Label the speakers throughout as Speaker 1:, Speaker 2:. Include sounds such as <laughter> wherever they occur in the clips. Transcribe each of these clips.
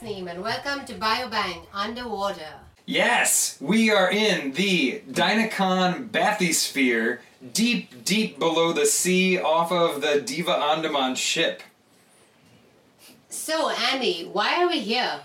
Speaker 1: team, and welcome to BioBang Underwater.
Speaker 2: Yes, we are in the Dynacon bathysphere, deep, deep below the sea, off of the Diva Andaman ship.
Speaker 1: So, Andy, why are we here?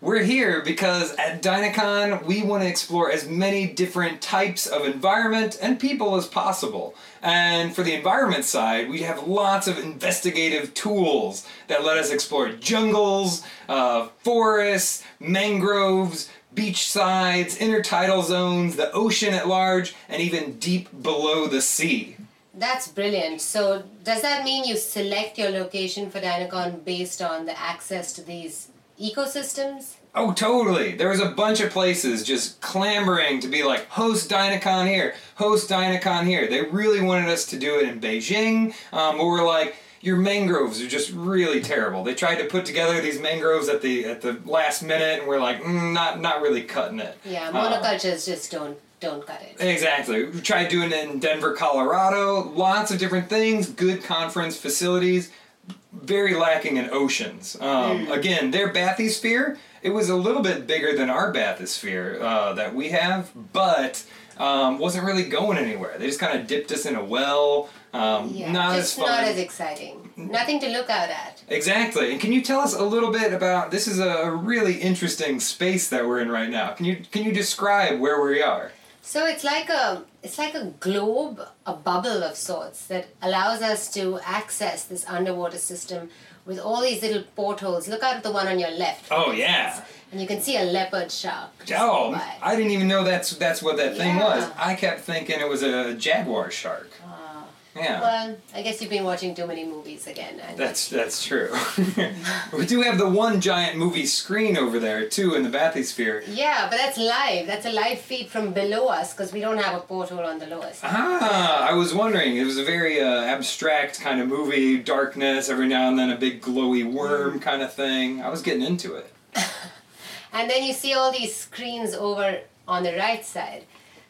Speaker 2: We're here because at Dynacon we want to explore as many different types of environment and people as possible. And for the environment side, we have lots of investigative tools that let us explore jungles, uh, forests, mangroves, beach sides, intertidal zones, the ocean at large, and even deep below the sea.
Speaker 1: That's brilliant. So, does that mean you select your location for Dynacon based on the access to these ecosystems?
Speaker 2: Oh, totally. There was a bunch of places just clamoring to be like, host Dynacon here, host Dynacon here. They really wanted us to do it in Beijing, um, but we're like, your mangroves are just really terrible. They tried to put together these mangroves at the at the last minute, and we're like, mm, not not really cutting it.
Speaker 1: Yeah,
Speaker 2: Um,
Speaker 1: monocultures just don't don't cut it.
Speaker 2: Exactly. We tried doing it in Denver, Colorado. Lots of different things, good conference facilities, very lacking in oceans. Um,
Speaker 1: Hmm.
Speaker 2: Again, their bathysphere, it was a little bit bigger than our bathysphere uh, that we have, but um, wasn't really going anywhere. They just kind of dipped us in a well. Um,
Speaker 1: Yeah,
Speaker 2: not as Mm-hmm.
Speaker 1: just
Speaker 2: fun.
Speaker 1: not as e- exciting. Nothing to look out at.
Speaker 2: Exactly. And can you tell us a little bit about this is a really interesting space that we're in right now. Can you can you describe where we are?
Speaker 1: So it's like a it's like a globe, a bubble of sorts that allows us to access this underwater system with all these little portholes. Look out at the one on your left,
Speaker 2: Oh yeah.
Speaker 1: and you can see a leopard shark. just
Speaker 2: Oh,
Speaker 1: nearby.
Speaker 2: I didn't even know that's that's what that thing was.
Speaker 1: Yeah.
Speaker 2: I kept thinking it was a jaguar shark.
Speaker 1: Ah.
Speaker 2: Yeah.
Speaker 1: Well, I guess you've been watching too many movies again. And
Speaker 2: that's that's true. <laughs>
Speaker 1: Mm-hmm.
Speaker 2: we do have the one giant movie screen over there too in the bathysphere.
Speaker 1: yeah, but that's live. That's a live feed from below us because we don't have a porthole on the lowest.
Speaker 2: Ah, I was wondering. It was a very uh, abstract kind of movie, darkness every now and then a big glowy
Speaker 1: Mm-hmm.
Speaker 2: worm kind of thing. I was getting into it.
Speaker 1: And then you see all these screens over on the right side.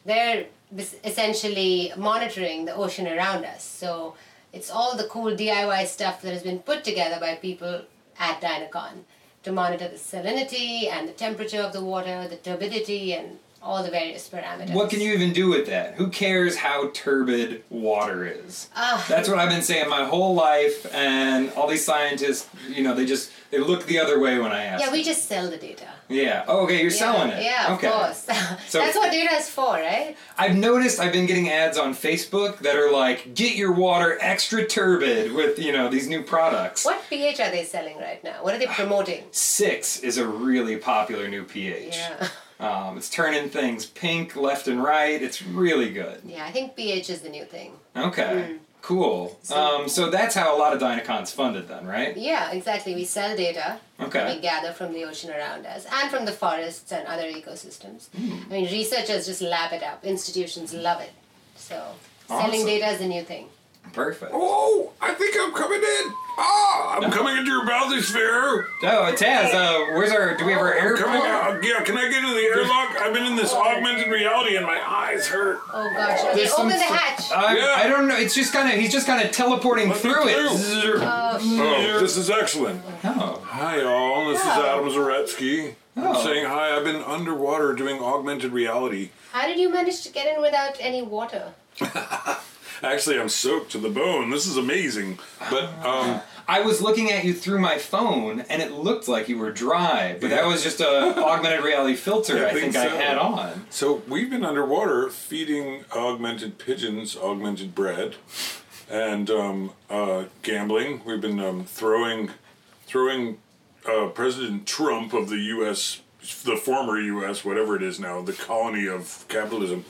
Speaker 1: They're bes- essentially monitoring the ocean around us. So it's all the cool DIY stuff that has been put together by people at Dynacon to monitor the salinity and the temperature of the water, the turbidity, and all the various parameters.
Speaker 2: What can you even do with that? Who cares how turbid water is?
Speaker 1: Ah.
Speaker 2: That's what I've been saying my whole life, and all these scientists, you know, they just they look the other way when I ask.
Speaker 1: Yeah, we just sell the data.
Speaker 2: Yeah. Oh, okay, you're selling it.
Speaker 1: Yeah,
Speaker 2: okay.
Speaker 1: of course. <laughs>
Speaker 2: So-
Speaker 1: That's what data is for, right?
Speaker 2: I've noticed I've been getting ads on Facebook that are like, "Get your water extra turbid with you know these new products."
Speaker 1: What pH are they selling right now? What are they promoting?
Speaker 2: Six is a really popular new pH.
Speaker 1: Yeah.
Speaker 2: Um, it's turning things pink left and right. It's really good.
Speaker 1: Yeah, I think pH is the new thing.
Speaker 2: Okay. Cool.
Speaker 1: Mm. So-
Speaker 2: um, so that's how a lot of Dynacon's funded then, right?
Speaker 1: Yeah, exactly. We sell data that
Speaker 2: Okay.
Speaker 1: we gather from the ocean around us and from the forests and other ecosystems.
Speaker 3: Hmm.
Speaker 1: I mean, researchers just lap it up. Institutions love it. So, selling
Speaker 2: Awesome.
Speaker 1: data is the new thing.
Speaker 2: Perfect.
Speaker 3: Oh, I think I'm coming in. Ah, I'm coming into your bathysphere.
Speaker 2: Oh, Taz, uh, where's our? Do we have our air?
Speaker 3: Coming out. Yeah, can I get into the airlock? I've been in this augmented reality and my eyes hurt.
Speaker 1: Oh gosh. Okay,
Speaker 2: There's
Speaker 1: open
Speaker 2: some
Speaker 1: the
Speaker 2: fr-
Speaker 1: hatch.
Speaker 2: I,
Speaker 3: Yeah.
Speaker 2: I don't know. It's just kind of he's just kind of teleporting
Speaker 3: Let me
Speaker 2: through it.
Speaker 3: through.
Speaker 2: Zzz.
Speaker 3: Oh, this is excellent.
Speaker 2: Oh,
Speaker 3: Hi, all. This is
Speaker 1: Hello.
Speaker 3: Adam Zaretsky. I'm saying hi. I've been underwater doing augmented reality.
Speaker 1: How did you manage to get in without any water?
Speaker 3: Actually, I'm soaked to the bone. This is amazing. But um,
Speaker 2: I was looking at you through my phone, and it looked like you were dry, but that was just a augmented reality filter
Speaker 3: <laughs> Yeah, I
Speaker 2: I think
Speaker 3: think
Speaker 2: I
Speaker 3: so.
Speaker 2: had on.
Speaker 3: so we've been underwater feeding augmented pigeons augmented bread, and um, uh, gambling. We've been um, throwing, throwing uh, President Trump of the U.S. the former U.S. whatever it is now, the colony of capitalism.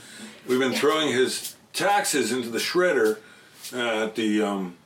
Speaker 3: We've been throwing his taxes into the shredder at the um,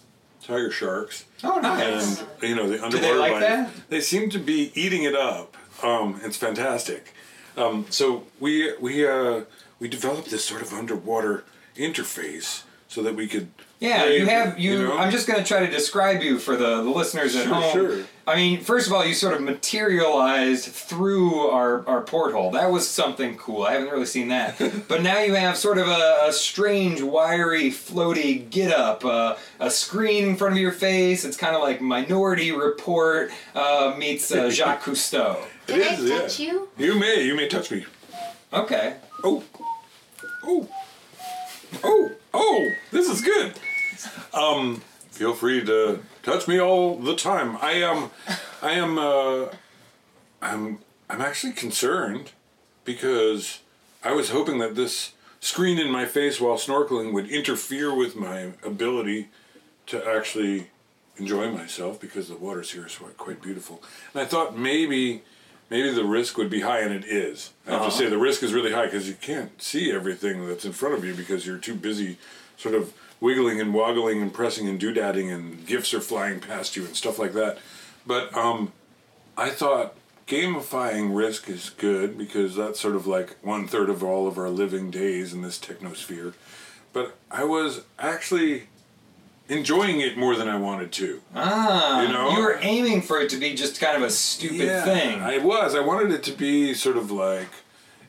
Speaker 3: tiger sharks.
Speaker 2: Oh, nice.
Speaker 3: and you know the underwater
Speaker 2: like
Speaker 3: life.
Speaker 2: that?
Speaker 3: They seem to be eating it up. Um, it's fantastic. Um, so we we uh, we developed this sort of underwater interface. so that we could.
Speaker 2: Yeah,
Speaker 3: play,
Speaker 2: you have you.
Speaker 3: know?
Speaker 2: I'm just going to try to describe you for the, the listeners at
Speaker 3: Sure,
Speaker 2: home.
Speaker 3: sure.
Speaker 2: I mean, first of all, you sort of materialized through our, our porthole. That was something cool. I haven't really seen that.
Speaker 3: <laughs>
Speaker 2: but now you have sort of a, a strange, wiry, floaty get up, uh, a screen in front of your face. It's kind of like Minority Report uh, meets
Speaker 3: <laughs>
Speaker 2: uh, Jacques Cousteau.
Speaker 1: Can I touch
Speaker 3: yeah.
Speaker 1: you?
Speaker 3: You may. You may touch me.
Speaker 2: Okay.
Speaker 3: Oh, oh, oh, oh! This is good. Um, feel free to touch me all the time. I am, I am, uh, I'm, I'm actually concerned because I was hoping that this screen in my face while snorkeling would interfere with my ability to actually enjoy myself because the waters here is quite beautiful. And I thought maybe maybe the risk would be high, and it is. I have
Speaker 2: Uh-huh.
Speaker 3: to say the risk is really high because you can't see everything that's in front of you because you're too busy, sort of wiggling and woggling and pressing and doodadding, and gifts are flying past you and stuff like that. But um, I thought gamifying risk is good because that's sort of like one third of all of our living days in this technosphere. But I was actually enjoying it more than I wanted to.
Speaker 2: Ah,
Speaker 3: You know?
Speaker 2: were aiming for it to be just kind of a stupid
Speaker 3: yeah,
Speaker 2: thing.
Speaker 3: I was. I wanted it to be sort of like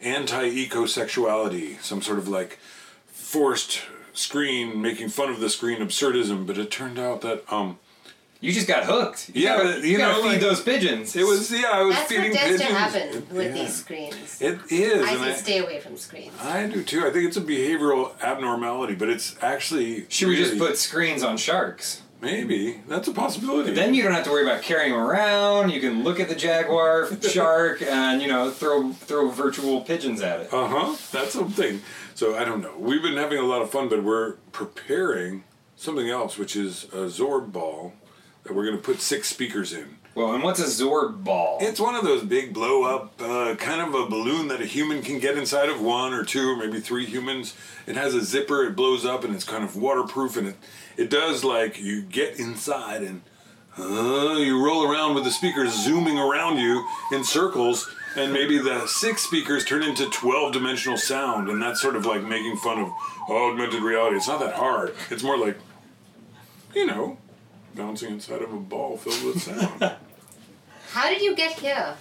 Speaker 3: anti ecosexuality, some sort of like forced screen making fun of the screen absurdism, but it turned out that um
Speaker 2: you just got hooked. You
Speaker 3: Yeah,
Speaker 2: gotta-
Speaker 3: but,
Speaker 2: you,
Speaker 3: you
Speaker 2: gotta
Speaker 3: know,
Speaker 2: feed
Speaker 3: like-
Speaker 2: those pigeons.
Speaker 3: it was yeah, I was
Speaker 1: That's
Speaker 3: feeding
Speaker 1: what tends to
Speaker 3: pigeons.
Speaker 1: happen with
Speaker 3: Yeah.
Speaker 1: these screens.
Speaker 3: It is.
Speaker 1: I
Speaker 3: and
Speaker 1: say stay away from screens.
Speaker 3: I do too. I think it's a behavioral abnormality, but it's actually
Speaker 2: Should we just
Speaker 3: really-
Speaker 2: put screens on sharks?
Speaker 3: maybe that's a possibility.
Speaker 2: Then you don't have to worry about carrying them around. You can look at the
Speaker 3: <laughs>
Speaker 2: jaguar, shark, and you know throw throw virtual pigeons at
Speaker 3: <laughs>
Speaker 2: it.
Speaker 3: Uh huh. That's something. So I don't know. We've been having a lot of fun, but we're preparing something else, which is a Zorb ball that we're going to put six speakers in.
Speaker 2: Well, and what's a zorb ball?
Speaker 3: It's one of those big blow up, uh, kind of a balloon that a human can get inside of one or two, or maybe three humans. It has a zipper, it blows up, and it's kind of waterproof, and it, it does like you get inside and uh, you roll around with the speakers zooming around you in circles, and maybe the six speakers turn into 12 dimensional sound, and that's sort of like making fun of augmented reality. It's not that hard, it's more like, you know, bouncing inside of a ball filled with sound.
Speaker 1: How did you get here?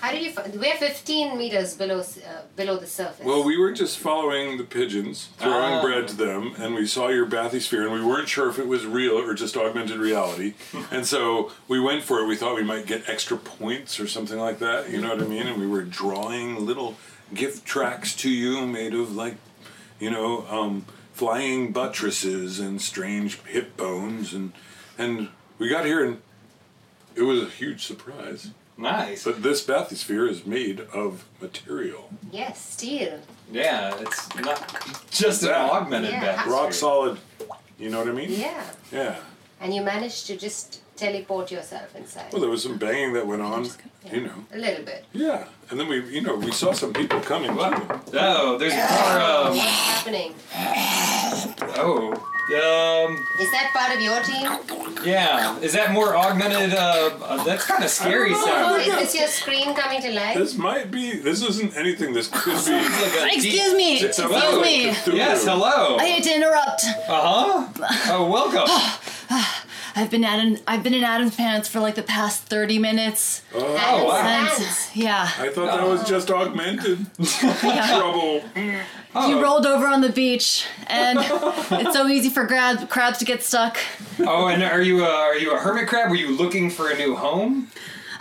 Speaker 1: How did you? fi- We're 15 meters below s- uh, below the surface.
Speaker 3: Well, we were just following the pigeons, throwing
Speaker 2: Ah.
Speaker 3: bread to them, and we saw your bathysphere, and we weren't sure if it was real or just augmented reality. and so we went for it. We thought we might get extra points or something like that. You know what I mean? And we were drawing little gift tracks to you made of like, you know, um, flying buttresses and strange hip bones, and and we got here, and it was a huge surprise.
Speaker 2: nice.
Speaker 3: But this bathysphere is made of material.
Speaker 1: yes, steel.
Speaker 2: yeah, it's not just an
Speaker 3: Yeah.
Speaker 2: augmented
Speaker 1: Yeah.
Speaker 2: battery.
Speaker 3: rock solid. You know what I mean?
Speaker 1: Yeah,
Speaker 3: Yeah.
Speaker 1: and you managed to just teleport yourself inside
Speaker 3: Well, there was some banging that went on. You know.
Speaker 1: a little bit.
Speaker 3: Yeah. And then we, you know, we saw some people coming. too.
Speaker 2: Oh, there's more. Um,
Speaker 1: What's happening?
Speaker 2: oh, um,
Speaker 1: Is that part of your team?
Speaker 2: yeah. Is that more augmented? Uh, uh, that's kind of scary
Speaker 3: know.
Speaker 1: Oh,
Speaker 2: sound.
Speaker 1: is this your screen coming to life?
Speaker 3: This might be. This isn't anything. This could be.
Speaker 2: <laughs> Like a deep-
Speaker 4: Excuse me.
Speaker 3: It's a-
Speaker 4: Excuse me.
Speaker 3: Cthulhu.
Speaker 2: Yes, hello.
Speaker 4: I hate to interrupt.
Speaker 2: Uh huh. Oh,
Speaker 4: <sighs>
Speaker 2: welcome.
Speaker 4: I've been at an, I've been in Adam's pants for like the past 30 minutes.
Speaker 1: Adam's
Speaker 2: wow.
Speaker 1: hands.
Speaker 4: Yeah.
Speaker 3: I thought that was just augmented
Speaker 4: yeah.
Speaker 2: <laughs>
Speaker 3: trouble.
Speaker 2: Oh,
Speaker 4: He
Speaker 1: Oh.
Speaker 4: rolled over on the beach
Speaker 1: <laughs>
Speaker 4: and it's so easy for crab, crabs to get stuck.
Speaker 2: Oh, and are you a, are you a hermit crab? Were you looking for a new home?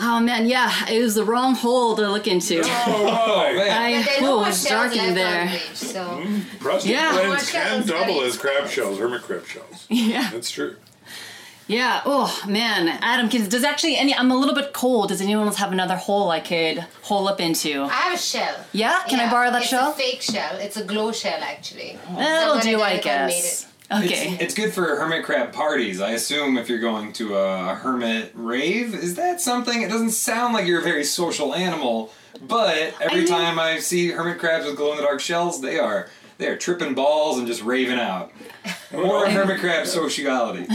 Speaker 4: Oh man, yeah, it was the wrong hole to look into.
Speaker 3: Oh,
Speaker 2: Oh
Speaker 3: my.
Speaker 2: man.
Speaker 4: I,
Speaker 1: There's
Speaker 4: whoa,
Speaker 1: no
Speaker 4: it
Speaker 1: more
Speaker 4: was
Speaker 1: shells
Speaker 4: dark in
Speaker 1: left on the
Speaker 4: there.
Speaker 1: beach, so
Speaker 3: Prostitute
Speaker 4: Yeah.
Speaker 3: glands
Speaker 1: Watch out,
Speaker 3: can
Speaker 1: it's
Speaker 3: double
Speaker 1: very
Speaker 3: as crab shells, hermit crab shells.
Speaker 4: Yeah.
Speaker 3: That's true.
Speaker 4: Yeah. Oh man, Adam, can, does actually any? I'm a little bit cold. Does anyone else have another hole I could hole up into?
Speaker 1: I have a shell.
Speaker 4: Yeah? Can I borrow that
Speaker 1: it's
Speaker 4: shell?
Speaker 1: It's a fake shell. It's a glow shell, actually.
Speaker 4: That'll
Speaker 1: Someone
Speaker 4: do, I
Speaker 1: identified
Speaker 4: guess. Okay.
Speaker 2: It's, it's good for hermit crab parties. I assume if you're going to a hermit rave, is that something? It doesn't sound like you're a very social animal, but every
Speaker 4: mean-
Speaker 2: time I see hermit crabs with glow in the dark shells, they are they are tripping balls and just raving out. More hermit crab sociality.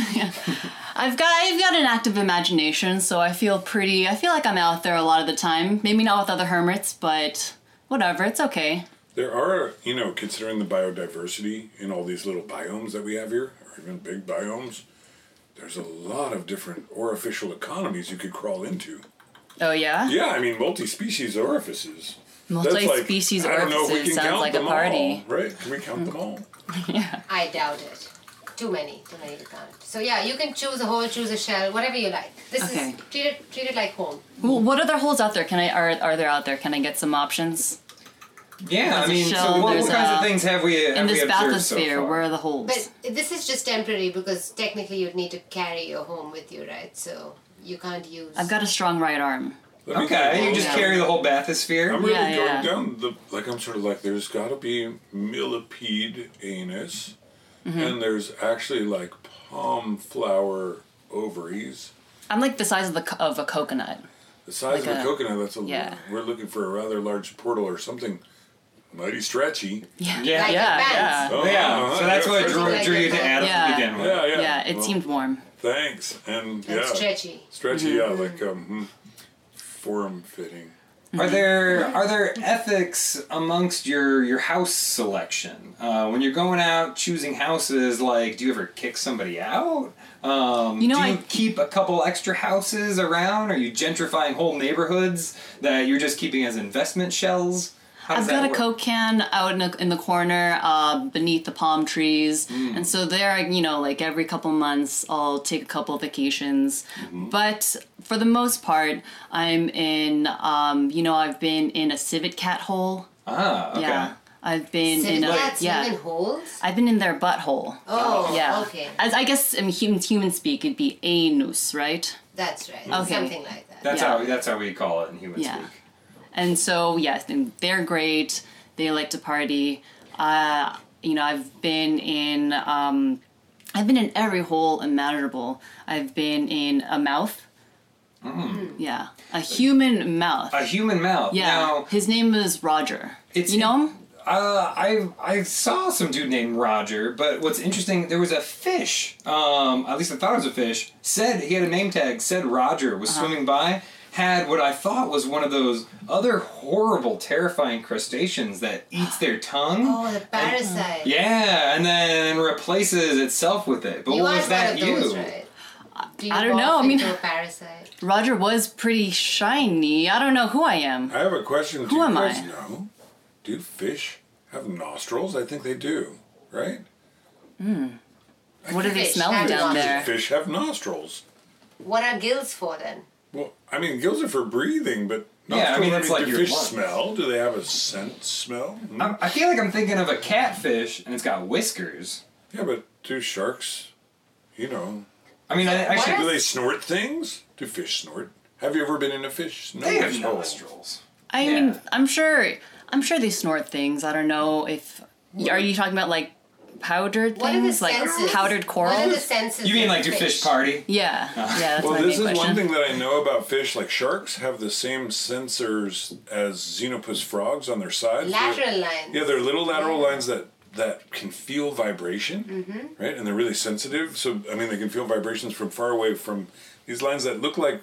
Speaker 4: I've got I've got an active imagination, so I feel pretty. I feel like I'm out there a lot of the time. Maybe not with other hermits, but whatever. It's okay.
Speaker 3: There are, you know, considering the biodiversity in all these little biomes that we have here, or even big biomes, there's a lot of different orificial economies you could crawl into.
Speaker 4: Oh yeah.
Speaker 3: Yeah, I mean, multi-species orifices. That's like-
Speaker 4: Multi-species
Speaker 3: I don't know if we
Speaker 4: orifices
Speaker 3: can
Speaker 4: sounds
Speaker 3: count
Speaker 4: like a
Speaker 3: them
Speaker 4: party.
Speaker 3: All, right? Can we count them all?
Speaker 1: I doubt it. Too many, too many to count. So yeah, you can choose a hole, choose a shell, whatever you like. This
Speaker 4: Okay.
Speaker 1: is treat it treat it like home.
Speaker 4: Well, what other holes out there? Can I are are there out there? Can I get some options?
Speaker 2: Yeah, I
Speaker 4: There's a
Speaker 2: mean, so
Speaker 4: shell,
Speaker 2: what,
Speaker 4: there's
Speaker 2: what kinds
Speaker 4: a-
Speaker 2: of things have we have
Speaker 4: In
Speaker 2: we
Speaker 4: this
Speaker 2: observed so
Speaker 4: bathysphere,
Speaker 2: far?
Speaker 4: where are the holes?
Speaker 1: But this is just temporary because technically you'd need to carry your home with you, right? So you can't use.
Speaker 4: I've got a strong right arm.
Speaker 3: Let me think.
Speaker 2: Okay, you just
Speaker 4: Yeah.
Speaker 2: carry the whole bathysphere.
Speaker 3: I'm really
Speaker 4: Yeah,
Speaker 3: going
Speaker 4: yeah.
Speaker 3: down the like. I'm sort of like there's got to be millipede anus,
Speaker 4: Mm-hmm.
Speaker 3: and there's actually like palm flower ovaries.
Speaker 4: I'm like the size of the co- of a coconut.
Speaker 3: The size
Speaker 4: Like
Speaker 3: of a,
Speaker 4: a-
Speaker 3: coconut. That's a.
Speaker 4: yeah.
Speaker 3: We're looking for a rather large portal or something, mighty stretchy.
Speaker 4: Yeah.
Speaker 2: Yeah.
Speaker 1: Like
Speaker 4: Yeah.
Speaker 1: your
Speaker 4: Yeah.
Speaker 1: pants.
Speaker 3: Oh,
Speaker 2: yeah, so that's what
Speaker 3: yeah.
Speaker 2: drew, drew you to Adam
Speaker 4: Yeah.
Speaker 2: to begin with.
Speaker 3: Yeah, Oh, yeah.
Speaker 4: Yeah. it
Speaker 3: Well,
Speaker 4: seemed warm.
Speaker 3: Thanks, and yeah,
Speaker 1: And stretchy.
Speaker 3: stretchy.
Speaker 4: Mm-hmm.
Speaker 3: Yeah, like um, hmm, form fitting.
Speaker 2: Are there are there ethics amongst your your house selection uh, when you're going out choosing houses? Like, do you ever kick somebody out? Um,
Speaker 4: You know,
Speaker 2: do you
Speaker 4: I-
Speaker 2: keep a couple extra houses around? Are you gentrifying whole neighborhoods that you're just keeping as investment shells? How does
Speaker 4: I've got
Speaker 2: that
Speaker 4: a
Speaker 2: work?
Speaker 4: coke can out in, the in the corner uh, beneath the palm trees. And so there, you know, like every couple months, I'll take a couple vacations. But for the most part, I'm in, um, you know, I've been in a civet cat hole.
Speaker 2: Ah, okay.
Speaker 4: Yeah. I've been
Speaker 1: Civet
Speaker 4: in a,
Speaker 1: cats
Speaker 4: yeah.
Speaker 1: live in holes.
Speaker 4: I've been in their butthole.
Speaker 1: Oh,
Speaker 4: yeah.
Speaker 1: okay.
Speaker 4: As I guess in human, human speak, it'd be anus, right?
Speaker 1: That's right.
Speaker 4: Okay.
Speaker 1: Something like that.
Speaker 2: That's
Speaker 4: Yeah.
Speaker 2: how that's how we call it in human
Speaker 4: Yeah.
Speaker 2: speak.
Speaker 4: And so, yes, and they're great. They like to party. Uh, you know, I've been in, um, I've been in every hole imaginable. I've been in a mouth. Yeah, a human mouth.
Speaker 2: Mm. A human mouth.
Speaker 4: yeah,
Speaker 2: Now,
Speaker 4: his name is Roger.
Speaker 2: It's-
Speaker 4: you know him?
Speaker 2: Uh, I I saw some dude named Roger, but what's interesting, there was a fish. Um, at least I thought it was a fish. Said he had a name tag. Said Roger
Speaker 1: Uh-huh.
Speaker 2: was swimming by. Had what I thought was one of those other horrible, terrifying crustaceans that eats their tongue.
Speaker 1: Oh, the parasite.
Speaker 2: Yeah, and then replaces itself with it. But
Speaker 1: You
Speaker 2: what
Speaker 1: are
Speaker 2: was that?
Speaker 1: one of those,
Speaker 2: you?
Speaker 1: right? Do you
Speaker 4: I don't know,
Speaker 1: morph
Speaker 4: I mean-
Speaker 1: into a parasite.
Speaker 4: Roger was pretty shiny. I don't know who I am.
Speaker 3: I have a question. do
Speaker 4: Who
Speaker 3: you
Speaker 4: am
Speaker 3: guys
Speaker 4: I?
Speaker 3: know? Do fish have nostrils? I think they do, right?
Speaker 4: What do they
Speaker 1: Fish,
Speaker 4: smell
Speaker 1: have
Speaker 4: down
Speaker 1: one.
Speaker 4: there?
Speaker 3: Fish have nostrils.
Speaker 1: What are gills for then?
Speaker 3: Well, I mean, gills are for breathing, but
Speaker 2: Yeah, I mean,
Speaker 3: nostrils-
Speaker 2: that's like
Speaker 3: do
Speaker 2: your
Speaker 3: fish
Speaker 2: lungs. Um,
Speaker 3: smell? Do they have a scent smell? Mm.
Speaker 2: I'm, I feel like I'm thinking of a catfish, and it's got whiskers.
Speaker 3: Yeah, but do sharks, you know,
Speaker 2: I mean, I actually
Speaker 1: What?
Speaker 3: do they snort things? Do fish snort? Have you ever been in a fish? No,
Speaker 2: they have nostrils.
Speaker 4: I
Speaker 2: Yeah.
Speaker 4: mean, I'm sure. I'm sure they snort things. I don't know if. Are you talking about like powdered
Speaker 1: What
Speaker 4: things,
Speaker 1: are the
Speaker 4: like
Speaker 1: senses?
Speaker 4: powdered
Speaker 1: What are the
Speaker 4: corals?
Speaker 1: senses?
Speaker 2: You mean
Speaker 1: of
Speaker 2: like do fish party?
Speaker 4: Yeah, yeah. That's
Speaker 3: Ah. Well,
Speaker 4: my
Speaker 3: this is
Speaker 4: main
Speaker 3: one
Speaker 4: question.
Speaker 3: thing that I know about fish. Like sharks have the same sensors as xenopus frogs on their sides. They're-
Speaker 1: Lateral lines.
Speaker 3: Yeah, they're little lateral lines that that can feel vibration, mm-hmm. right? And they're really sensitive. So I mean, they can feel vibrations from far away. From these lines that look like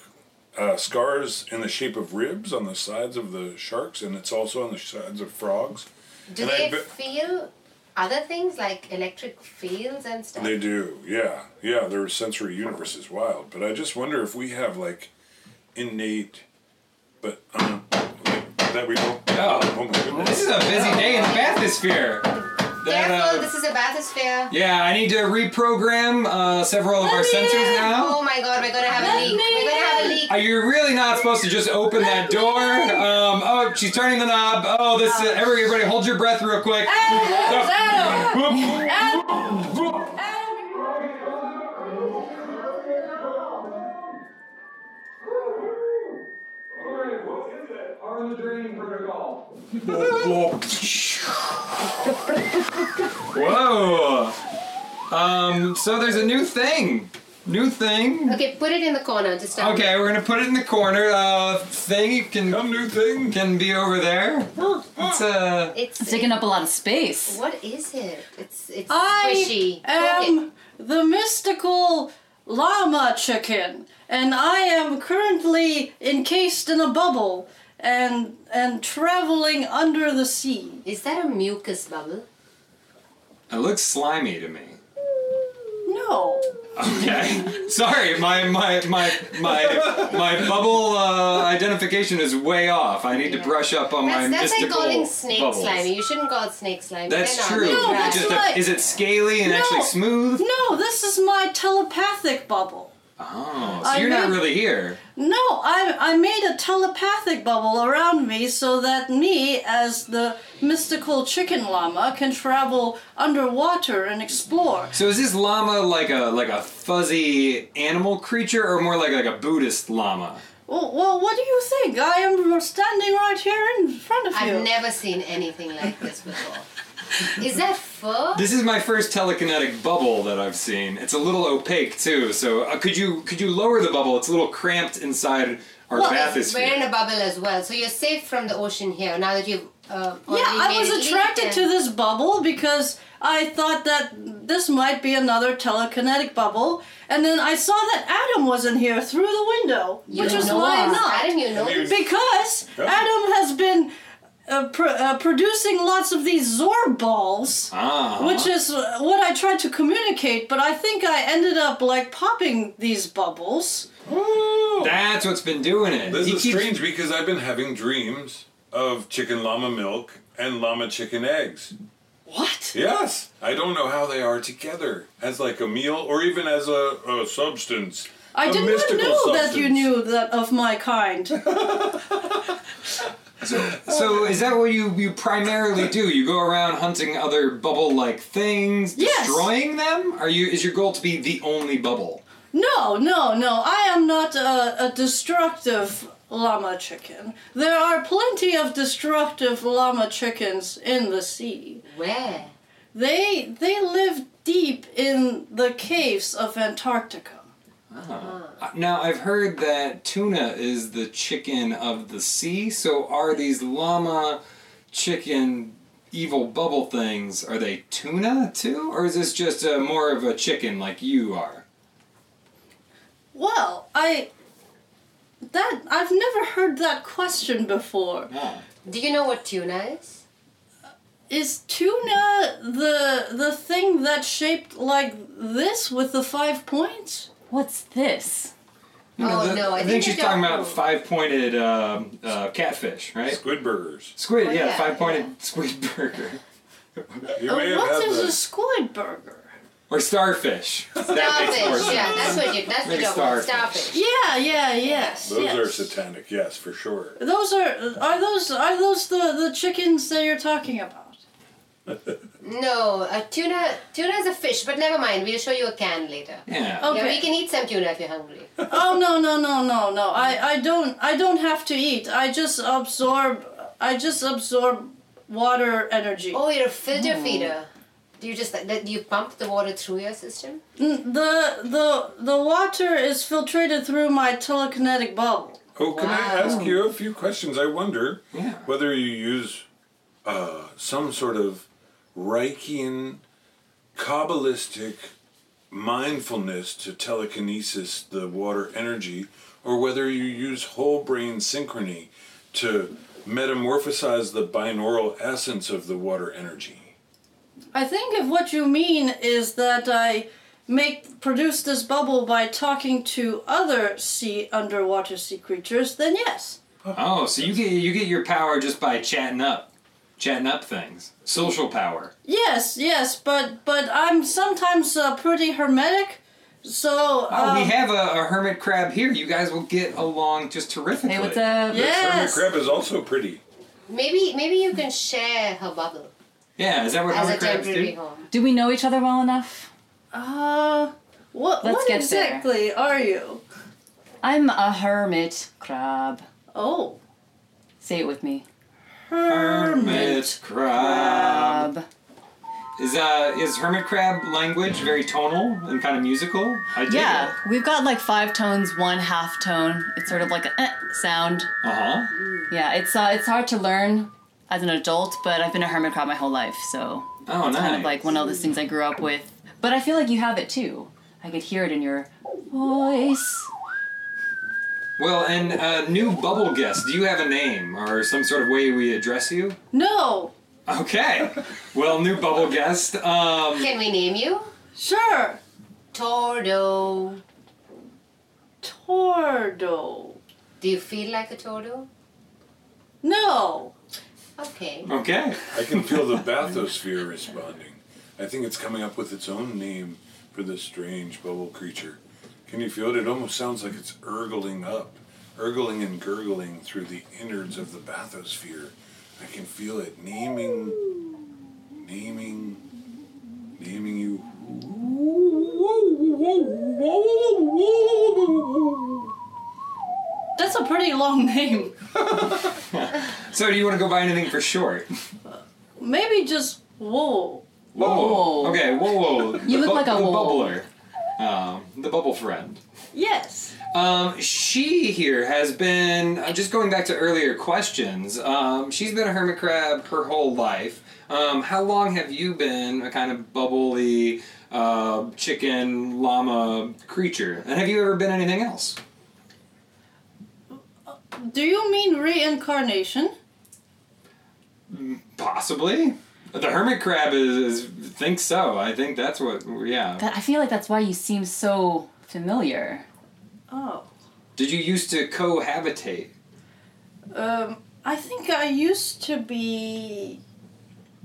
Speaker 3: uh, scars in the shape of ribs on the sides of the sharks, and it's also on the sides of frogs.
Speaker 1: Do
Speaker 3: and
Speaker 1: they
Speaker 3: I be-
Speaker 1: feel other things like electric fields and stuff?
Speaker 3: They do, yeah, yeah. Their sensory universe is wild, but I just wonder if we have like innate, but um, like, that we don't.
Speaker 2: Oh.
Speaker 3: oh my
Speaker 2: This
Speaker 3: goodness!
Speaker 2: is a busy day in the bathysphere. That,
Speaker 1: Careful,
Speaker 2: uh,
Speaker 1: this is a bathysphere.
Speaker 2: yeah, I need to reprogram uh, several of our sensors now.
Speaker 1: Oh my god, we're gonna have a leak. We're gonna have a leak.
Speaker 2: Uh, you're really not supposed to just open that door. Um, oh, she's turning the knob. Oh, this. Uh, everybody, hold your breath real quick. Whoa. Um, so there's a new thing. New thing.
Speaker 1: Okay, put it in the corner. Just down
Speaker 2: Okay, we're gonna put it in the corner. Uh, thing
Speaker 3: Some
Speaker 2: can
Speaker 3: new thing.
Speaker 2: can be over there. It's uh,
Speaker 1: It's,
Speaker 4: It's taking up a lot of space.
Speaker 1: What is it? It's it's
Speaker 5: I
Speaker 1: squishy.
Speaker 5: am the mystical llama chicken, and I am currently encased in a bubble. and and traveling under the sea.
Speaker 1: Is that a mucus bubble?
Speaker 2: It looks slimy to me.
Speaker 5: No.
Speaker 2: Okay. <laughs> Sorry, my my my my my bubble uh, identification is way off. I need to brush up on my
Speaker 1: That's, that's like
Speaker 2: mystical
Speaker 1: calling snake
Speaker 2: bubbles.
Speaker 1: slimy. You shouldn't call it snake slimy.
Speaker 2: That's
Speaker 1: They're not
Speaker 2: true.
Speaker 1: really dry.
Speaker 5: No, that's
Speaker 2: It's just a-
Speaker 5: right.
Speaker 2: is it scaly and
Speaker 5: No.
Speaker 2: actually smooth?
Speaker 5: No, this is my telepathic bubble.
Speaker 2: Oh, so
Speaker 5: I
Speaker 2: you're not
Speaker 5: mean-
Speaker 2: really here.
Speaker 5: No, I, I made a telepathic bubble around me so that me, as the mystical chicken llama, can travel underwater and explore.
Speaker 2: So is this llama like a like a fuzzy animal creature or more like like a Buddhist llama?
Speaker 5: Well, well what do you think? I am standing right here in front of you.
Speaker 1: I've never seen anything like this before. Is that fur?
Speaker 2: This is my first telekinetic bubble that I've seen. It's a little opaque too. So uh, could you could you lower the bubble? It's a little cramped inside our
Speaker 5: Well,
Speaker 2: bathysphere.
Speaker 1: Oh, We're in a bubble as well, so you're safe from the ocean here. Now that you've uh,
Speaker 5: yeah,
Speaker 1: already
Speaker 5: I
Speaker 1: made it
Speaker 5: was attracted
Speaker 1: leak
Speaker 5: to
Speaker 1: and-
Speaker 5: this bubble because I thought that this might be another telekinetic bubble, and then I saw that Adam wasn't here through the window, which is
Speaker 1: know
Speaker 5: why
Speaker 1: us.
Speaker 5: I'm not.
Speaker 1: Adam, you know us.
Speaker 5: Because Adam has been uh, pr- uh, producing lots of these Zorb balls,
Speaker 2: Ah.
Speaker 3: Uh-huh.
Speaker 5: which is uh, what I tried to communicate, but I think I ended up like popping these bubbles.
Speaker 2: That's what's been doing it.
Speaker 3: This
Speaker 2: He
Speaker 3: is
Speaker 2: keeps-
Speaker 3: strange because I've been having dreams of chicken llama milk and llama chicken eggs.
Speaker 5: What?
Speaker 3: Yes, I don't know how they are together as like a meal or even as a, a substance.
Speaker 5: I
Speaker 3: A
Speaker 5: did not
Speaker 3: mystical
Speaker 5: know that you
Speaker 3: substance.
Speaker 5: knew that of my kind.
Speaker 2: So is that what you you primarily do? You go around hunting other bubble-like things,
Speaker 5: Yes.
Speaker 2: destroying them? Are you is your goal to be the only bubble?
Speaker 5: No, no, no. I am not a, a destructive llama chicken. There are plenty of destructive llama chickens in the sea.
Speaker 1: Where?
Speaker 5: They they live deep in the caves of Antarctica.
Speaker 2: Uh, Now I've heard that tuna is the chicken of the sea. So are these llama chicken evil bubble things? Are they tuna too, or is this just a, more of a chicken like you are?
Speaker 5: Well, I that I've never heard that question before.
Speaker 2: Ah.
Speaker 1: Do you know what tuna is?
Speaker 5: Is tuna the the thing that's shaped like this with the five points?
Speaker 4: What's this?
Speaker 1: Oh,
Speaker 2: the-
Speaker 1: no, I
Speaker 2: I think,
Speaker 1: think
Speaker 2: she's
Speaker 1: they
Speaker 2: talking
Speaker 1: don't.
Speaker 2: about five-pointed um uh, catfish, right?
Speaker 3: Squid burgers.
Speaker 2: Squid,
Speaker 1: Oh,
Speaker 2: yeah,
Speaker 1: yeah,
Speaker 2: five pointed squid burger.
Speaker 3: You
Speaker 5: Or
Speaker 3: may have
Speaker 5: what
Speaker 3: had
Speaker 5: Uh, is
Speaker 3: that.
Speaker 5: a squid burger?
Speaker 2: Or starfish. That makes more
Speaker 1: Starfish.
Speaker 2: sense.
Speaker 1: Yeah, that's what you. That's what
Speaker 2: Maybe
Speaker 1: you're about.
Speaker 2: starfish.
Speaker 1: Starfish.
Speaker 5: Yeah, yeah, yes.
Speaker 3: Those
Speaker 5: yes.
Speaker 3: are satanic, yes, for sure.
Speaker 5: Those are are those are those the the chickens that you're talking about?
Speaker 1: No, a tuna. Tuna is a fish, but never mind. We'll show you a can later.
Speaker 2: Yeah.
Speaker 5: Okay.
Speaker 1: Yeah, we can eat some tuna if you're hungry.
Speaker 5: <laughs> Oh no no no no no! I I don't I don't have to eat. I just absorb I just absorb water energy.
Speaker 1: Oh, you're a filter
Speaker 5: Hmm.
Speaker 1: feeder. Do you just that- do you pump the water through your system?
Speaker 5: N- The the the water is filtrated through my telekinetic bubble.
Speaker 3: Oh, can I ask you a few questions? I wonder
Speaker 2: Yeah.
Speaker 3: whether you use uh, some sort of Reikian, Kabbalistic mindfulness to telekinesis the water energy, or whether you use whole brain synchrony to metamorphosize the binaural essence of the water energy.
Speaker 5: I think if what you mean is that I make produce this bubble by talking to other sea underwater sea creatures, then yes.
Speaker 2: Oh, so you get you get your power just by chatting up, chatting up things. Social power.
Speaker 5: Yes, yes, but but I'm sometimes uh, pretty hermetic, so
Speaker 2: Oh,
Speaker 5: um,
Speaker 2: we have a, a hermit crab here. You guys will get along just terrifically.
Speaker 4: Hey, what's
Speaker 3: Hermit
Speaker 4: up?
Speaker 5: yes.
Speaker 3: crab is also pretty.
Speaker 1: Maybe maybe you can share her bubble
Speaker 2: Yeah, is that what
Speaker 1: as a
Speaker 2: hermit crabs
Speaker 1: temporary
Speaker 2: do?
Speaker 1: home.
Speaker 4: Do we know each other well enough?
Speaker 5: Uh, what
Speaker 4: Let's
Speaker 5: what
Speaker 4: get there.
Speaker 5: exactly are you?
Speaker 4: I'm a hermit crab.
Speaker 5: Oh,
Speaker 4: Say it with me.
Speaker 2: Hermit
Speaker 3: Um,
Speaker 2: crab.
Speaker 4: Crab.
Speaker 2: Is uh is hermit crab language very tonal and kind of musical? I dig
Speaker 4: Yeah, we've got like five tones, one half tone. It's sort of like a eh sound.
Speaker 2: Uh huh.
Speaker 4: Yeah, it's uh, it's hard to learn as an adult, but I've been a hermit crab my whole life, so
Speaker 2: Oh, nice.
Speaker 4: kind of like one of those things I grew up with. But I feel like you have it too. I could hear it in your voice.
Speaker 2: Well, and uh, new bubble guest, do you have a name or some sort of way we address you?
Speaker 5: No.
Speaker 4: <laughs>
Speaker 2: Okay. Well, new bubble guest. Um,
Speaker 1: Can we name you?
Speaker 5: Sure.
Speaker 1: Tordo.
Speaker 5: Tordo.
Speaker 1: Do you feel like a tordo?
Speaker 5: No.
Speaker 1: Okay.
Speaker 2: okay.
Speaker 3: I can feel the bathysphere responding. I think it's coming up with its own name for this strange bubble creature. Can you feel it? It almost sounds like it's urgling up, urgling and gurgling through the innards of the bathysphere. I can feel it naming, naming, naming you.
Speaker 5: That's a pretty long <laughs> name.
Speaker 2: So, do you want to go by anything for short?
Speaker 5: Maybe just whoa.
Speaker 4: Whoa.
Speaker 2: Okay. Whoa. Whoa.
Speaker 4: You
Speaker 2: the
Speaker 4: look like a
Speaker 2: the
Speaker 4: whoa.
Speaker 2: bubbler. Um, the bubble friend.
Speaker 5: Yes.
Speaker 2: Um, she here has been uh, just going back to earlier questions. Um, she's been a hermit crab her whole life. Um, how long have you been a kind of bubbly uh, chicken llama creature? And have you ever been anything else?
Speaker 5: Do you mean reincarnation?
Speaker 2: Possibly. The hermit crab is, is think so. I think that's what. Yeah.
Speaker 4: That, I feel like that's why you seem so familiar.
Speaker 5: Oh.
Speaker 2: Did you used to cohabitate?
Speaker 5: Um, I think I used to be.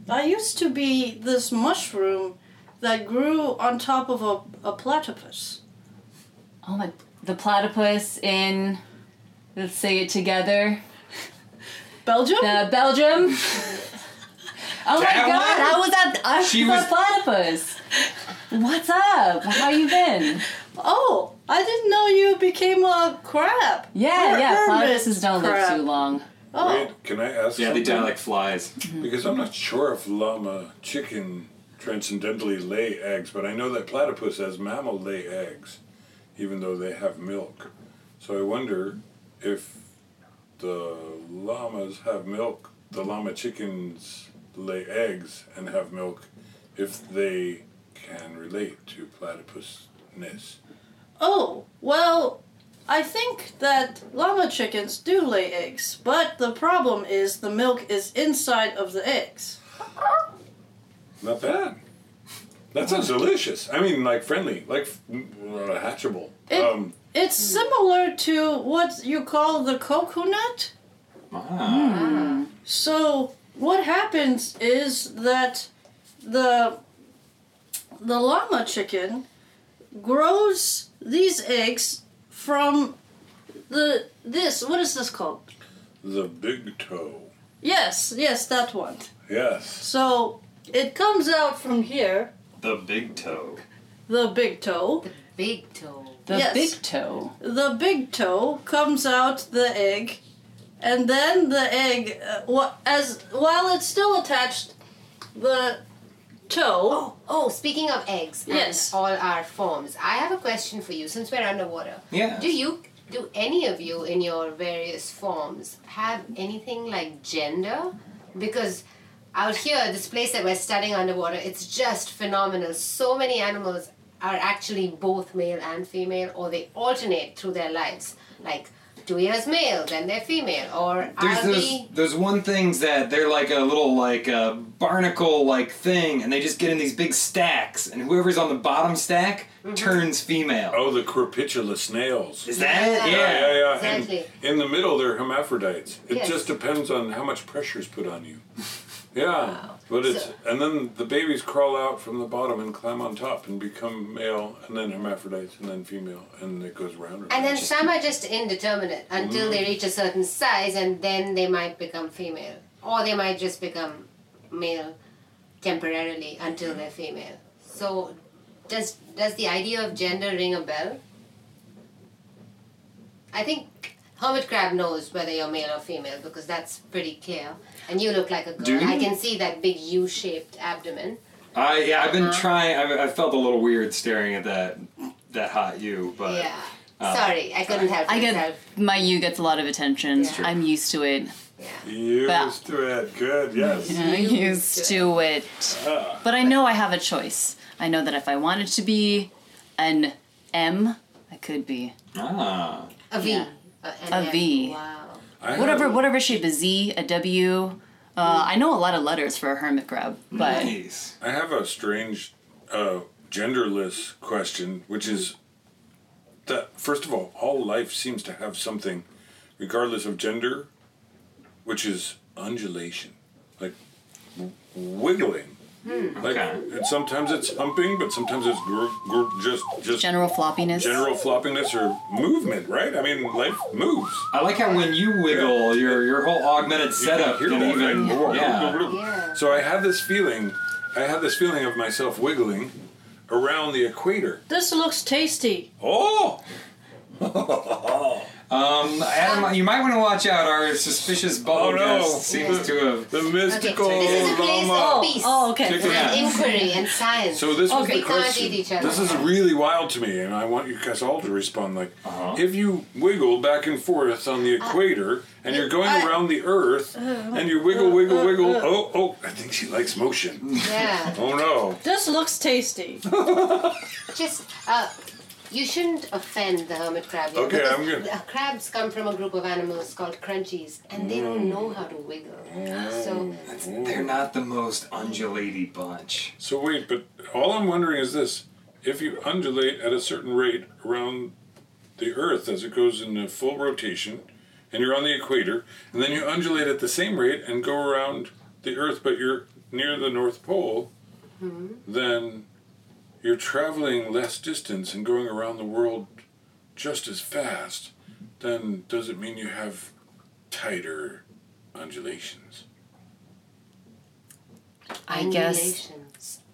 Speaker 5: I used to be this mushroom that grew on top of a, a platypus.
Speaker 4: Oh my, the platypus in, let's say it together,
Speaker 5: Belgium?
Speaker 4: the Belgium. <laughs> Oh
Speaker 2: That
Speaker 4: my god,
Speaker 2: one?
Speaker 4: I was at I
Speaker 2: She
Speaker 4: was at
Speaker 2: was-
Speaker 4: platypus. What's up? How you been?
Speaker 5: oh, I didn't know you became a crab.
Speaker 4: Yeah,
Speaker 5: Her-
Speaker 4: yeah.
Speaker 5: hermit
Speaker 4: Platypuses don't live
Speaker 5: crab.
Speaker 4: too long.
Speaker 5: Oh,
Speaker 3: Wait, can I ask
Speaker 2: Yeah, they
Speaker 3: something?
Speaker 2: die like flies.
Speaker 3: Because I'm not sure if llama chicken transcendentally lay eggs, but I know that platypus as mammal lay eggs, even though they have milk. So I wonder if the llamas have milk, the llama chickens lay eggs and have milk, if they can relate to platypusness.
Speaker 5: oh, well, I think that llama chickens do lay eggs, but the problem is the milk is inside of the eggs.
Speaker 3: Not bad. That sounds delicious. I mean, like friendly, like f- uh, hatchable.
Speaker 5: It-
Speaker 3: um,
Speaker 5: It's
Speaker 4: Hmm.
Speaker 5: similar to what you call the coconut.
Speaker 2: Ah.
Speaker 5: So what happens is that the the llama chicken grows these eggs from the this what is this called?
Speaker 3: the big toe.
Speaker 5: Yes, yes, that one.
Speaker 3: Yes.
Speaker 5: So it comes out from here,
Speaker 2: The big toe.
Speaker 5: the big toe.
Speaker 1: Big toe.
Speaker 4: The
Speaker 5: Yes.
Speaker 4: big toe.
Speaker 5: The big toe comes out the egg, and then the egg, uh, wh- as while it's still attached, the toe.
Speaker 1: Oh, speaking of eggs and
Speaker 5: Yes.
Speaker 1: all our forms, I have a question for you since we're underwater.
Speaker 2: Yeah.
Speaker 1: Do you, do any of you in your various forms have anything like gender? Because out here, this place that we're studying underwater, it's just phenomenal. So many animals are actually both male and female, or they alternate through their lives. Like two years male, then they're female, or
Speaker 2: There's
Speaker 1: I'll
Speaker 2: those,
Speaker 1: be.
Speaker 2: those one things that they're like a little like a barnacle like thing, and they just get in these big stacks, and whoever's on the bottom stack
Speaker 1: Mm-hmm.
Speaker 2: turns female.
Speaker 3: Oh, the crepitula snails.
Speaker 2: Is that it?
Speaker 1: Yeah.
Speaker 3: Yeah, yeah, yeah.
Speaker 1: Exactly.
Speaker 3: And in the middle, they're hermaphrodites. It
Speaker 1: Yes.
Speaker 3: just depends on how much pressure is put on
Speaker 1: <laughs>
Speaker 3: you. Yeah, but it's
Speaker 1: So-
Speaker 3: and then the babies crawl out from the bottom and climb on top and become male and then hermaphrodites and then female and it goes round.
Speaker 1: And then some are just indeterminate until they reach a certain size, and then they might become female, or they might just become male temporarily until
Speaker 2: Mm-hmm.
Speaker 1: they're female. So, does does the idea of gender ring a bell? I think hermit crab knows whether you're male or female because that's pretty clear. And you look like a girl.
Speaker 2: Do
Speaker 1: I
Speaker 2: you?
Speaker 1: can see that big U-shaped abdomen.
Speaker 2: I, yeah, I've been
Speaker 1: Uh-huh.
Speaker 2: trying, I, I felt a little weird staring at that that hot you, but.
Speaker 1: yeah.
Speaker 2: Uh,
Speaker 1: Sorry, I couldn't help
Speaker 4: I get
Speaker 1: myself.
Speaker 4: my you gets a lot of attention.
Speaker 1: Yeah.
Speaker 4: I'm used to it.
Speaker 1: Yeah.
Speaker 3: used to it. Good. Yes. <laughs>
Speaker 4: I'm used to it. But I know I have a choice. I know that if I wanted to be an M, I could be.
Speaker 2: Ah.
Speaker 1: A V.
Speaker 4: Yeah.
Speaker 1: Uh,
Speaker 4: A
Speaker 1: and
Speaker 4: V.
Speaker 1: Wow.
Speaker 3: I
Speaker 4: Whatever,
Speaker 3: have-
Speaker 4: whatever shape, a Z, a W. Uh, I know a lot of letters for a hermit crab, but
Speaker 2: Nice.
Speaker 3: I have a strange uh, genderless question, which is that first of all, all life seems to have something, regardless of gender, which is undulation, like w- wiggling. Like
Speaker 2: Okay.
Speaker 3: it, sometimes it's humping, but sometimes it's gr- gr- just just
Speaker 4: general floppiness.
Speaker 3: general floppiness or movement, right? I mean, life moves.
Speaker 2: I like how when you wiggle, your your whole augmented
Speaker 3: You can
Speaker 2: setup
Speaker 3: hear
Speaker 2: can
Speaker 3: that,
Speaker 2: even
Speaker 3: right?
Speaker 2: yeah.
Speaker 1: Yeah.
Speaker 3: So I have this feeling, I have this feeling of myself wiggling around the equator.
Speaker 5: This looks tasty.
Speaker 3: <laughs> Oh,
Speaker 2: Um, Adam, you might want to watch out. Our suspicious bubble
Speaker 3: Oh, no.
Speaker 2: guest seems to have.
Speaker 3: the mystical
Speaker 1: Okay, this is a place
Speaker 3: llama.
Speaker 1: of peace
Speaker 5: Oh, okay.
Speaker 2: Check it
Speaker 1: and
Speaker 2: out.
Speaker 1: inquiry and science.
Speaker 3: So this was
Speaker 5: Okay.
Speaker 3: the
Speaker 1: We can't
Speaker 3: question.
Speaker 1: eat each other.
Speaker 3: This is really wild to me, and I want you guys all to respond. Like,
Speaker 2: Uh-huh.
Speaker 3: if you wiggle back and forth on the equator, and you're going
Speaker 5: I-
Speaker 3: around the Earth, and you wiggle, wiggle, wiggle. Oh, oh! I think she likes
Speaker 1: <laughs>
Speaker 3: motion.
Speaker 1: yeah.
Speaker 3: Oh no!
Speaker 5: This looks tasty.
Speaker 1: Just, uh, you shouldn't offend the hermit crab. yet,
Speaker 3: Okay,
Speaker 1: because
Speaker 3: I'm gonna-
Speaker 1: the crabs come from a group of animals called crunchies, and they
Speaker 3: Mm.
Speaker 1: don't know how to wiggle. So,
Speaker 2: They're not the most undulaty bunch.
Speaker 3: So wait, but all I'm wondering is this: if you undulate at a certain rate around the Earth as it goes in a full rotation, and you're on the equator, and then you undulate at the same rate and go around the Earth, but you're near the North Pole, then you're traveling less distance and going around the world just as fast. Then does it mean you have tighter undulations?
Speaker 4: I guess
Speaker 1: undulation.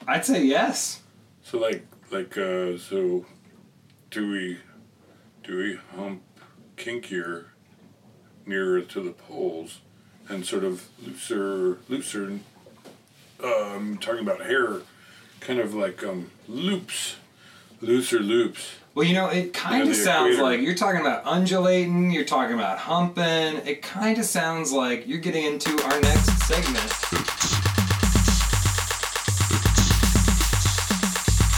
Speaker 2: I'd say yes.
Speaker 3: So like like uh so do we do we hump kinkier nearer to the poles and sort of looser looser um talking about hair kind of like um loops looser loops
Speaker 2: Well, you know, it kind
Speaker 3: Yeah,
Speaker 2: of
Speaker 3: the
Speaker 2: sounds
Speaker 3: equator.
Speaker 2: like you're talking about undulating, you're talking about humping. It kind of sounds like you're getting into our next segment.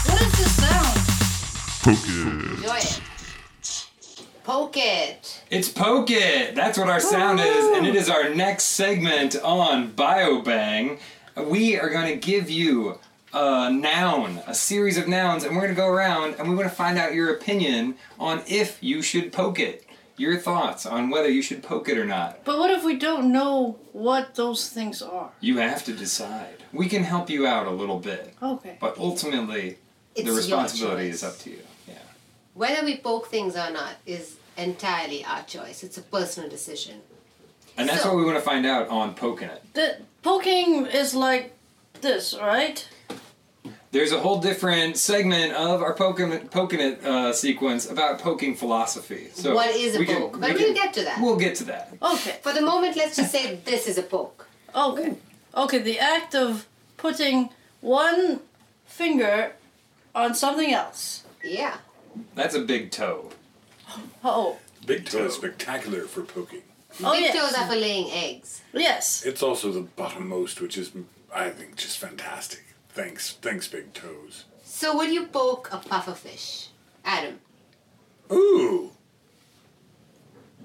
Speaker 5: What is this sound?
Speaker 1: Enjoy it. Poke it.
Speaker 2: It's Poke It! That's what our sound is, and it is our next segment on BioBang. We are going to give you a noun, a series of nouns, and we're going to go around and we want to find out your opinion on if you should poke it. Your thoughts on whether you should poke it or not.
Speaker 5: But what if we don't know what those things are?
Speaker 2: You have to decide. We can help you out a little bit,
Speaker 5: Okay.
Speaker 2: but ultimately,
Speaker 1: It's
Speaker 2: the
Speaker 1: your
Speaker 2: responsibility
Speaker 1: choice.
Speaker 2: is up to you. Yeah.
Speaker 1: Whether we poke things or not is entirely our choice. It's a personal decision.
Speaker 2: And that's
Speaker 1: So-
Speaker 2: what we want to find out on Poking It.
Speaker 5: The poking is like this, right?
Speaker 2: There's a whole different segment of our Poking It, Poking it uh, sequence about poking philosophy. So
Speaker 1: what is a
Speaker 2: we can-
Speaker 1: poke?
Speaker 2: we
Speaker 1: but
Speaker 2: can-
Speaker 1: we'll get to that.
Speaker 2: We'll get to that.
Speaker 5: Okay.
Speaker 1: For the moment, let's just say <laughs> this is a poke.
Speaker 5: Okay. Okay, the act of putting one finger on something else.
Speaker 1: Yeah.
Speaker 2: That's a big toe.
Speaker 5: Oh.
Speaker 3: big toe is spectacular for poking
Speaker 5: Oh,
Speaker 1: Big
Speaker 5: yes.
Speaker 1: toes are for laying eggs.
Speaker 5: Yes.
Speaker 3: it's also the bottommost which is i think just fantastic thanks thanks big toes
Speaker 1: So would you poke a pufferfish? Adam.
Speaker 3: Ooh.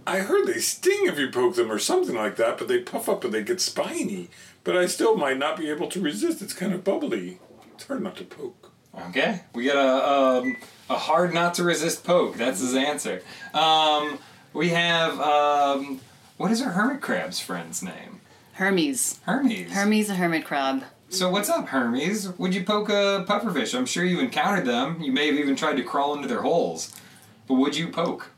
Speaker 3: I heard they sting if you poke them or something like that, but they puff up and they get spiny. But I still might not be able to resist. It's kind of bubbly. It's hard not to poke.
Speaker 2: Okay, we got a um, a hard not to resist poke. That's his answer. Um, we have um, what is our hermit crab's friend's name?
Speaker 4: Hermes.
Speaker 2: Hermes.
Speaker 4: Hermes, a hermit crab.
Speaker 2: So what's up, Hermes? Would you poke a pufferfish? I'm sure you've encountered them. You may have even tried to crawl into their holes. But would you poke?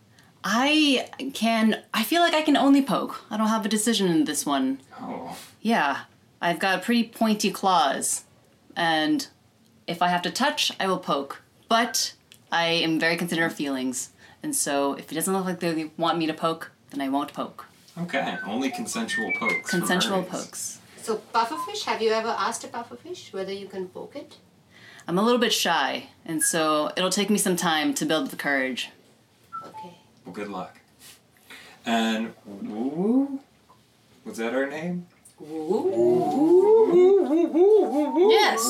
Speaker 4: I can. I feel like I can only poke. I don't have a decision in this one.
Speaker 2: Oh,
Speaker 4: Yeah, I've got pretty pointy claws, and if I have to touch, I will poke. But I am very considerate of feelings, and so if it doesn't look like they want me to poke, then I won't poke.
Speaker 2: okay. Only consensual pokes. from
Speaker 4: Consensual
Speaker 2: Hermes.
Speaker 4: pokes.
Speaker 1: So pufferfish, have you ever asked a pufferfish whether you can poke it?
Speaker 4: I'm a little bit shy, and so it'll take me some time to build the courage.
Speaker 1: Okay.
Speaker 2: Well, good luck. And woo woo. Was that our name?
Speaker 1: Ooh.
Speaker 5: Yes.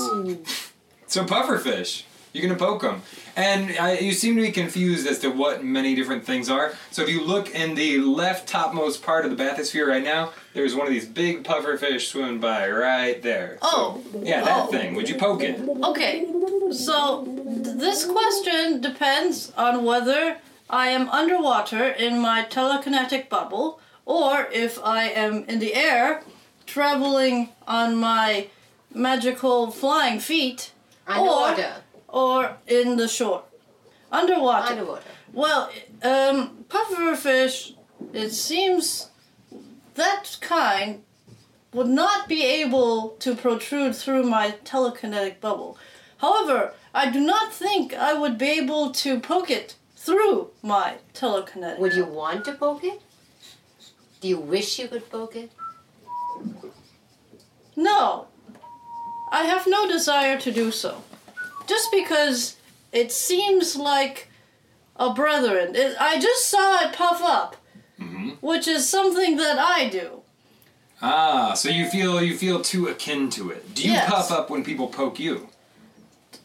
Speaker 2: So pufferfish. You're gonna poke them, and I, you seem to be confused as to what many different things are. So if you look in the left topmost part of the bathysphere right now, there's one of these big pufferfish swimming by right there.
Speaker 5: Oh.
Speaker 2: yeah, that
Speaker 5: Oh.
Speaker 2: thing. Would you poke it?
Speaker 5: Okay, so th- this question depends on whether I am underwater in my telekinetic bubble or if I am in the air traveling on my magical flying feet
Speaker 1: Underwater.
Speaker 5: or in the shore. Underwater.
Speaker 1: Underwater.
Speaker 5: Well, um, pufferfish, it seems that kind would not be able to protrude through my telekinetic bubble. However, I do not think I would be able to poke it through my telekinetic.
Speaker 1: Would you want to poke it? Do you wish you could poke it?
Speaker 5: No, I have no desire to do so. Just because it seems like a brethren. It, I just saw it puff up, which is something that I do.
Speaker 2: Ah, so you feel you feel too akin to it. Do you
Speaker 5: Yes.
Speaker 2: puff up when people poke you?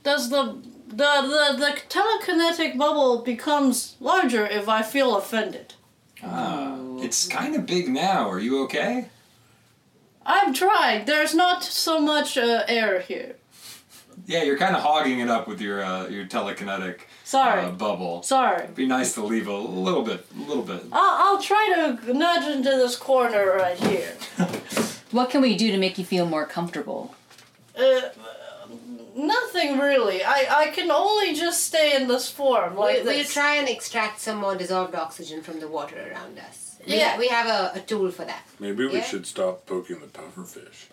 Speaker 5: Does the the, the the telekinetic bubble becomes larger if I feel offended?
Speaker 2: Ah, It's kind of big now. Are you okay?
Speaker 5: I'm trying. There's not so much uh, air here.
Speaker 2: Yeah, you're kind of hogging it up with your uh, your telekinetic
Speaker 5: Sorry.
Speaker 2: uh, bubble.
Speaker 5: Sorry.
Speaker 2: Be nice to leave a little bit, a little bit.
Speaker 5: I'll, I'll try to nudge into this corner right here.
Speaker 4: What can we do to make you feel more comfortable?
Speaker 5: Uh, nothing really. I, I can only just stay in this form like
Speaker 1: we, we'll
Speaker 5: this.
Speaker 1: try and extract some more dissolved oxygen from the water around us. We-
Speaker 5: Yeah.
Speaker 1: We, have a, a tool for that.
Speaker 3: Maybe we
Speaker 1: Yeah.
Speaker 3: should stop poking the pufferfish.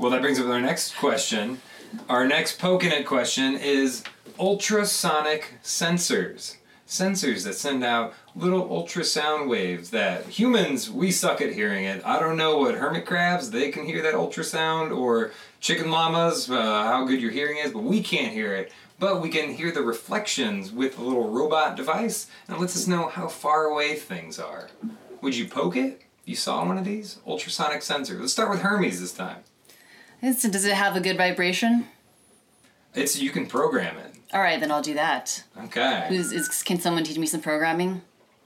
Speaker 2: Well, that brings up our next question. Our next Pokenet question is ultrasonic sensors. Sensors that send out little ultrasound waves that humans, we suck at hearing it. I don't know what hermit crabs, they can hear that ultrasound, or chicken llamas, uh, how good your hearing is, but we can't hear it. But we can hear the reflections with a little robot device and it lets us know how far away things are. Would you poke it? You saw one of these? Ultrasonic sensor. Let's start with Hermes this time.
Speaker 4: It's- Does it have a good vibration?
Speaker 2: It's you can program it.
Speaker 4: All right, then I'll do that.
Speaker 2: Okay.
Speaker 4: Is, is, can someone teach me some programming?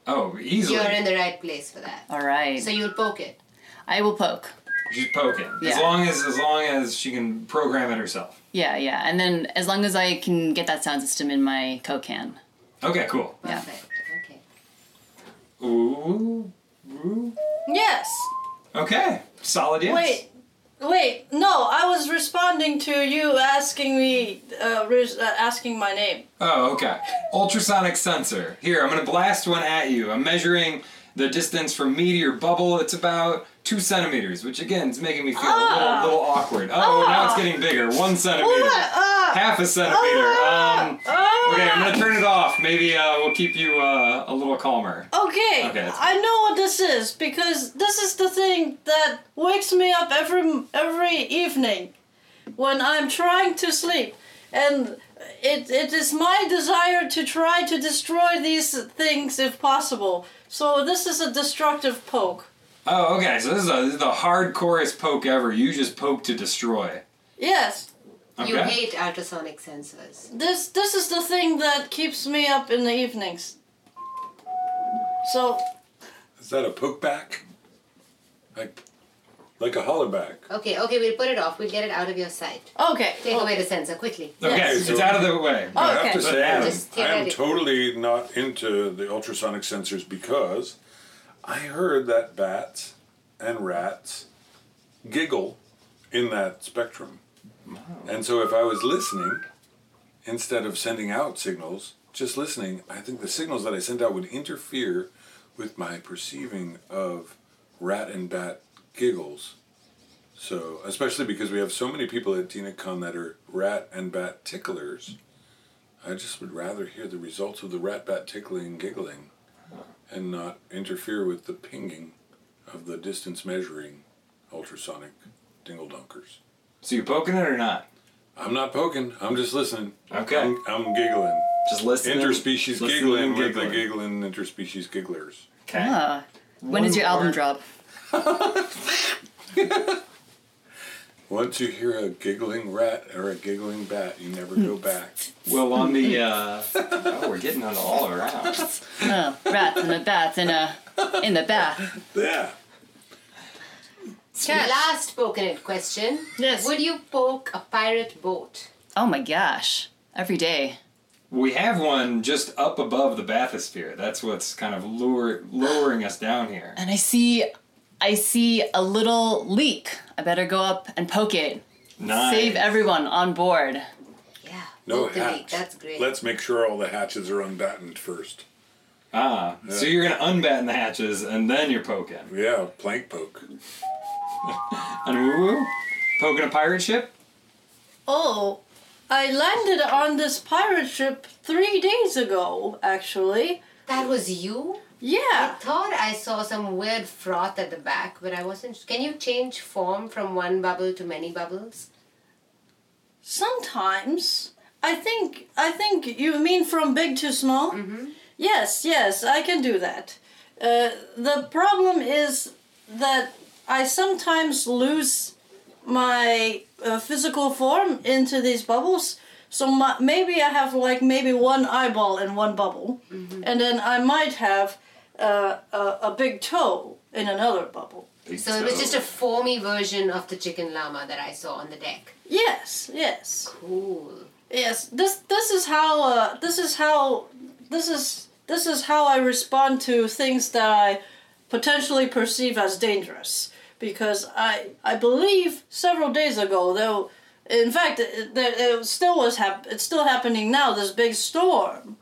Speaker 2: Oh, easily.
Speaker 1: You're in the right place for that.
Speaker 4: All right.
Speaker 1: So you'll poke it.
Speaker 4: I will poke.
Speaker 2: She's poking. As
Speaker 4: Yeah.
Speaker 2: long as as long as she can program it herself.
Speaker 4: Yeah, yeah. And then as long as I can get that sound system in my Coke can.
Speaker 2: Okay, cool.
Speaker 4: Yeah.
Speaker 1: Perfect. Okay.
Speaker 2: Ooh. ooh.
Speaker 5: yes.
Speaker 2: Okay. Solid yes.
Speaker 5: Wait. Wait. No, I was responding to you asking me uh, res- uh, asking my name.
Speaker 2: Oh, okay. Ultrasonic sensor. Here, I'm gonna blast one at you. I'm measuring the distance from me to your bubble. It's about two centimeters, which again is making me feel a little, little awkward. Oh, now it's getting bigger. One centimeter.
Speaker 5: Ah,
Speaker 2: Half a centimeter. Um,
Speaker 5: ah.
Speaker 2: okay, I'm gonna turn it off. Maybe uh, we'll keep you uh, a little calmer.
Speaker 5: Okay,
Speaker 2: Okay, that's-
Speaker 5: I know what this is because this is the thing that wakes me up every every evening when I'm trying to sleep, and it it is my desire to try to destroy these things if possible. So this is a destructive poke.
Speaker 2: Oh, okay. So this is, a, this is the hardcorest poke ever. You just poke to destroy.
Speaker 5: Yes,
Speaker 2: Okay.
Speaker 1: You hate ultrasonic sensors.
Speaker 5: this this is the thing that keeps me up in the evenings. So
Speaker 3: Is that a poke back? Like, like a holler back.
Speaker 1: Okay, okay, we'll put it off. We'll get it out of your sight.
Speaker 5: okay,
Speaker 1: Take away the sensor quickly.
Speaker 2: okay,
Speaker 3: Yes.
Speaker 2: it's out of the way.
Speaker 5: Oh,
Speaker 3: I have
Speaker 5: okay.
Speaker 3: to say, I'm,
Speaker 1: Just
Speaker 3: I am
Speaker 1: theoretically.
Speaker 3: totally not into the ultrasonic sensors because I heard that bats and rats giggle in that spectrum.
Speaker 5: Oh.
Speaker 3: And so if I was listening, instead of sending out signals, just listening, I think the signals that I sent out would interfere with my perceiving of rat and bat giggles. So, especially because we have so many people at DinaCon that are rat and bat ticklers. I just would rather hear the results of the rat bat tickling and giggling and not interfere with the pinging of the distance measuring ultrasonic dingle donkers.
Speaker 2: So you poking it or not?
Speaker 3: I'm not poking, I'm just listening.
Speaker 2: Okay.
Speaker 3: I'm, I'm giggling.
Speaker 2: Just listen.
Speaker 3: Interspecies giggling with the giggling interspecies gigglers.
Speaker 2: Okay.
Speaker 4: Ah. When does your
Speaker 2: One
Speaker 4: album
Speaker 2: more.
Speaker 4: drop?
Speaker 3: Once you hear a giggling rat or a giggling bat, you
Speaker 1: <laughs>
Speaker 3: never go back.
Speaker 2: Well, on the uh, oh, we're getting on all around.
Speaker 4: Oh, rats in the bath in a in the bath.
Speaker 3: Yeah.
Speaker 4: Cats.
Speaker 1: Last poke in it question.
Speaker 4: Yes.
Speaker 1: Would you poke a pirate boat?
Speaker 4: Oh my gosh! Every day.
Speaker 2: We have one just up above the bathysphere. That's what's kind of lure, lowering us down here.
Speaker 4: and I see I see a little leak. I better go up and poke it.
Speaker 2: Nice.
Speaker 4: Save everyone on board.
Speaker 1: Yeah.
Speaker 3: No
Speaker 1: poke the leak,
Speaker 3: hatch.
Speaker 1: That's great.
Speaker 3: Let's make sure all the hatches are unbattened first.
Speaker 2: Ah, so you're gonna unbatten the hatches and then you're poking.
Speaker 3: Yeah, plank poke.
Speaker 2: And woo woo, poking a pirate ship.
Speaker 5: Oh, I landed on this pirate ship three days ago, actually.
Speaker 1: that was you? I
Speaker 5: Yeah.
Speaker 1: thought I saw some weird froth at the back, but I wasn't. Can you change form from one bubble to many bubbles?
Speaker 5: Sometimes I think I think you mean from big to small. Yes, yes, I can do that. Uh, the problem is that I sometimes lose my uh, physical form into these bubbles. So my, maybe I have like maybe one eyeball in one bubble, and then I might have uh, a, a big toe in another bubble.
Speaker 1: So it was just a foamy version of the chicken llama that I saw on the deck.
Speaker 5: Yes, yes.
Speaker 1: Cool.
Speaker 5: Yes, this this is how uh, this is how this is this is how I respond to things that I potentially perceive as dangerous because I I believe several days ago though in fact it, it, it still was hap- it's still happening now this big storm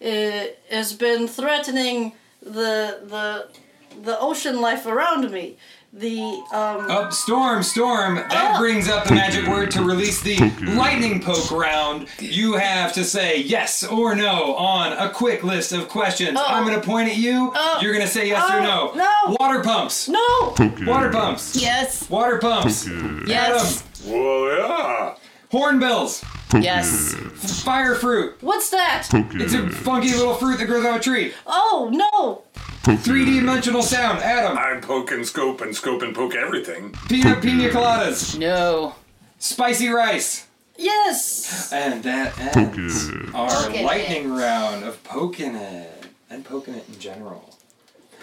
Speaker 5: it has been threatening the the the ocean life around me the um
Speaker 2: Up, Oh, storm, storm. That
Speaker 5: Oh.
Speaker 2: brings up the magic word to release the lightning poke round. You have to say yes or no on a quick list of questions.
Speaker 1: Oh.
Speaker 2: I'm gonna point at you. You're gonna say yes or no.
Speaker 5: Oh, no.
Speaker 2: Water pumps.
Speaker 5: no
Speaker 2: Water pumps.
Speaker 4: Yes.
Speaker 2: Water pumps.
Speaker 4: Yes.
Speaker 3: Well, yeah.
Speaker 2: Hornbills.
Speaker 4: Yes.
Speaker 2: Fire fruit.
Speaker 5: what's that
Speaker 2: It's a funky little fruit that grows on a tree.
Speaker 5: oh no
Speaker 2: Three dimensional sound. Adam.
Speaker 3: I poke and scope and scope and poke everything.
Speaker 2: Peanut pina coladas.
Speaker 4: No.
Speaker 2: Spicy rice.
Speaker 5: yes
Speaker 2: And that ends our
Speaker 1: Pokin'
Speaker 2: lightning
Speaker 1: it.
Speaker 2: round of poking it and poking it in general.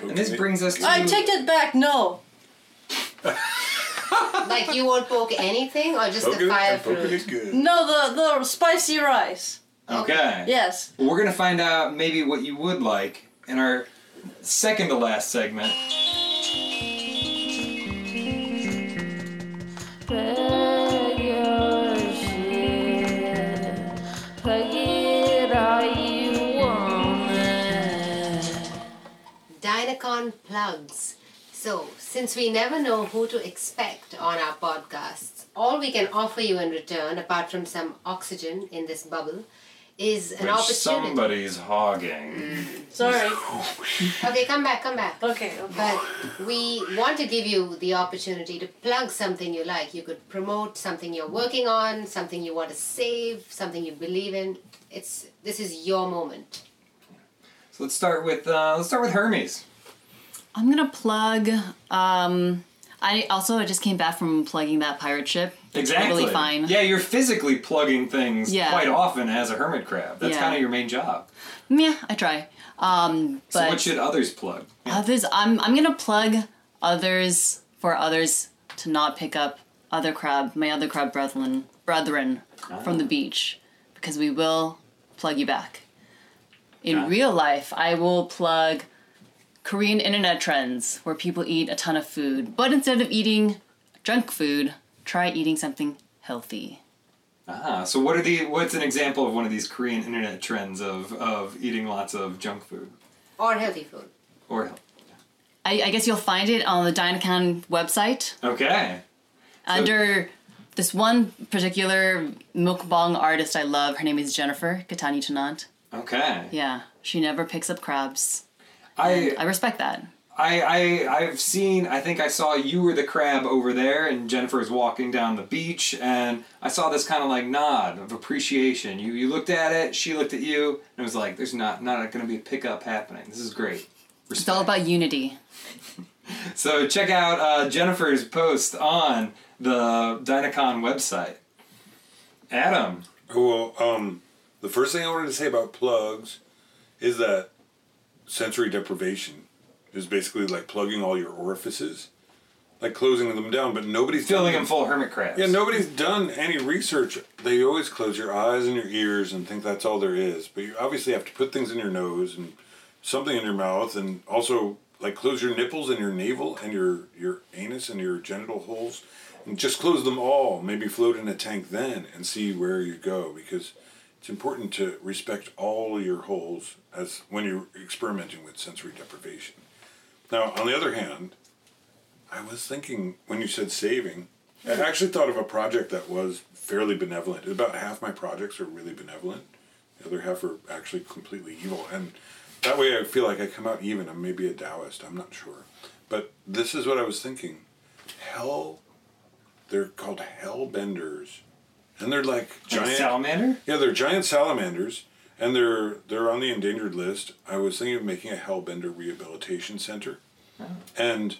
Speaker 2: And this
Speaker 3: Okay.
Speaker 2: brings us to
Speaker 5: I take it back. No.
Speaker 1: Like you won't poke anything or just
Speaker 3: Poke
Speaker 1: the
Speaker 3: it
Speaker 1: fire
Speaker 3: and poke
Speaker 1: fruit?
Speaker 3: it good.
Speaker 5: No, the the spicy rice.
Speaker 2: okay.
Speaker 5: Yes.
Speaker 2: Well, we're gonna find out maybe what you would like in our second to last segment.
Speaker 1: Dynacon plugs. So, since we never know who to expect on our podcasts, all we can offer you in return, apart from some oxygen in this bubble, is an opportunity.
Speaker 2: somebody's hogging.
Speaker 4: Mm.
Speaker 5: Sorry.
Speaker 1: Okay, come back, come back.
Speaker 5: Okay. okay.
Speaker 1: But we want to give you the opportunity to plug something you like. You could promote something you're working on, something you want to save, something you believe in. It's this is your moment.
Speaker 2: So let's start with uh, let's start with Hermes.
Speaker 4: I'm gonna plug. Um, I also I just came back from plugging that pirate ship. Totally fine.
Speaker 2: Yeah, you're physically plugging things
Speaker 4: Yeah.
Speaker 2: quite often as a hermit crab. That's
Speaker 4: Yeah.
Speaker 2: kind of your main job.
Speaker 4: Meh, I try. Um, but
Speaker 2: So what should others plug?
Speaker 4: others I'm I'm gonna plug others for others to not pick up other crab my other crab brethren brethren from the
Speaker 2: Ah.
Speaker 4: beach because we will plug you back. In
Speaker 2: Got it.
Speaker 4: real life, I will plug Korean internet trends where people eat a ton of food, but instead of eating junk food, try eating something healthy.
Speaker 2: Ah, so what are the what's an example of one of these Korean internet trends of of eating lots of junk food
Speaker 1: Or healthy food.
Speaker 2: or
Speaker 4: I, I guess you'll find it on the Dynacon website.
Speaker 2: okay.
Speaker 4: under this one particular mukbang artist I love. Her name is Jennifer Katani Tanant.
Speaker 2: Okay.
Speaker 4: Yeah, she never picks up crabs.
Speaker 2: I,
Speaker 4: I respect that.
Speaker 2: I I I've seen I think I saw you were the crab over there and Jennifer was walking down the beach and I saw this kind of like nod of appreciation. You you looked at it, she looked at you, and it was like there's not not gonna be a pickup happening. This is great.
Speaker 4: It's all about unity.
Speaker 2: So check out uh, Jennifer's post on the Dynacon website. Adam,
Speaker 3: Well, um, the first thing I wanted to say about plugs is that sensory deprivation is basically like plugging all your orifices, like closing them down. But nobody's
Speaker 2: filling
Speaker 3: done-
Speaker 2: him full of hermit crabs.
Speaker 3: Yeah, nobody's done any research. They always close your eyes and your ears and think that's all there is. But you obviously have to put things in your nose and something in your mouth, and also like close your nipples and your navel and your your anus and your genital holes, and just close them all. Maybe float in a tank then and see where you go because it's important to respect all your holes as when you're experimenting with sensory deprivation. Now, on the other hand, I was thinking when you said saving, I actually thought of a project that was fairly benevolent. About half my projects are really benevolent, the other half are actually completely evil. And that way I feel like I come out even. I'm maybe a Taoist, I'm not sure. But this is what I was thinking hell, they're called hellbenders. And they're like
Speaker 2: Like
Speaker 3: giant.
Speaker 2: salamander.
Speaker 3: Yeah, they're giant salamanders, and they're they're on the endangered list. I was thinking of making a hellbender rehabilitation center, and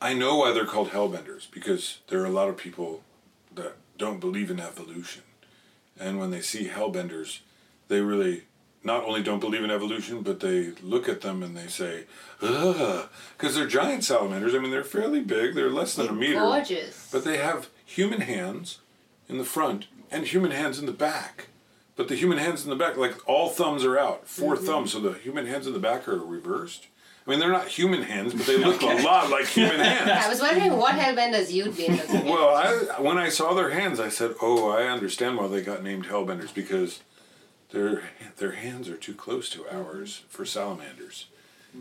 Speaker 3: I know why they're called hellbenders because there are a lot of people that don't believe in evolution, and when they see hellbenders, they really not only don't believe in evolution, but they look at them and they say, "Ugh," because they're giant salamanders. I mean, they're fairly big. They're less than a meter.
Speaker 1: Gorgeous.
Speaker 3: But they have human hands in the front and human hands in the back. But the human hands in the back, like all thumbs are out, 4 thumbs, so the human hands in the back are reversed. I mean, they're not human hands, but they look a lot like human
Speaker 1: I
Speaker 3: hands.
Speaker 1: was wondering what hellbenders you'd be looking at.
Speaker 3: Well, I, when I saw their hands, I said, "Oh, I understand why they got named hellbenders because their their hands are too close to ours for salamanders."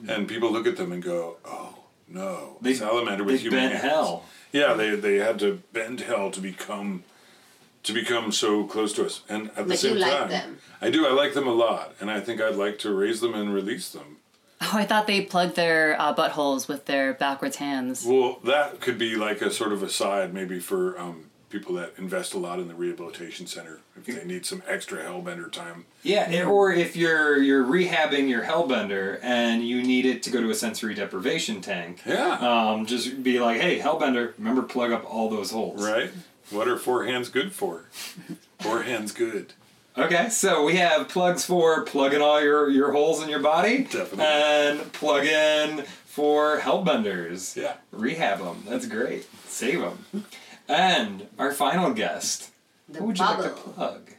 Speaker 3: And people look at them and go, "Oh no,
Speaker 2: Hmm. They-
Speaker 3: salamander
Speaker 2: They
Speaker 3: with human
Speaker 2: bent
Speaker 3: hands."
Speaker 2: hell.
Speaker 3: Yeah, they they had to bend hell to become to become so close to us. And at the
Speaker 1: But you
Speaker 3: same
Speaker 1: like
Speaker 3: time,
Speaker 1: them.
Speaker 3: I do. I like them a lot, and I think I'd like to raise them and release them.
Speaker 4: Oh, I thought they plugged their uh, buttholes with their backwards hands.
Speaker 3: Well, that could be like a sort of aside, maybe for um, people that invest a lot in the rehabilitation center if they need some extra hellbender time.
Speaker 2: Yeah, and- or if you're you're rehabbing your hellbender and you need it to go to a sensory deprivation tank.
Speaker 3: Yeah.
Speaker 2: Um, just be like, hey, hellbender, remember plug up all those holes.
Speaker 3: Right? What are four hands good for? Four hands good.
Speaker 2: Okay, so we have plugs for plugging all your your holes in your body,
Speaker 3: Definitely.
Speaker 2: and plug in for hellbenders.
Speaker 3: Yeah.
Speaker 2: Rehab them. That's great. Save them. And our final guest.
Speaker 1: The
Speaker 2: what would you like to
Speaker 1: bubble.
Speaker 2: plug?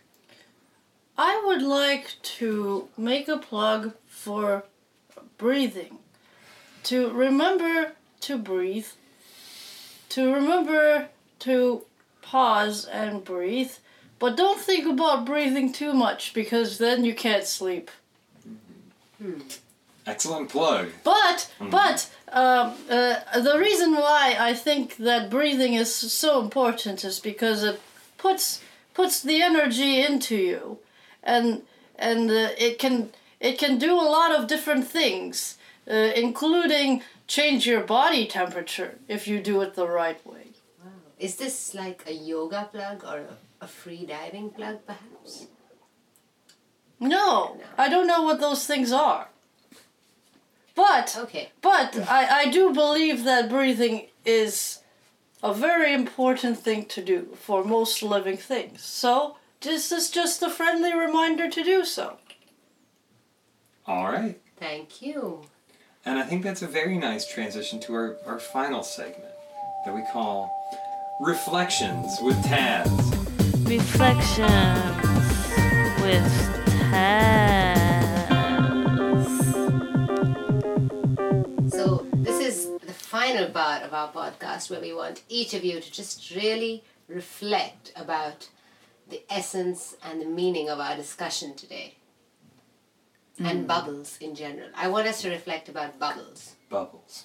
Speaker 5: I would like to make a plug for breathing. To remember to breathe. To remember to pause and breathe. But don't think about breathing too much because then you can't sleep.
Speaker 2: Excellent plug.
Speaker 5: But, but, um, uh, the reason why I think that breathing is so important is because it puts puts the energy into you, and and uh, it can it can do a lot of different things, uh, including change your body temperature if you do it the right way.
Speaker 1: Is this like a yoga plug or a- a free diving plug, perhaps?
Speaker 5: No, I don't know what those things are. But
Speaker 1: Okay.
Speaker 5: But I, I do believe that breathing is a very important thing to do for most living things. So this is just a friendly reminder to do so.
Speaker 2: All right.
Speaker 1: Thank you.
Speaker 2: And I think that's a very nice transition to our, our final segment that we call Reflections with Taz.
Speaker 6: Reflections with Taz.
Speaker 1: So, this is the final part of our podcast where we want each of you to just really reflect about the essence and the meaning of our discussion today and bubbles in general. I want us to reflect about bubbles.
Speaker 2: Bubbles.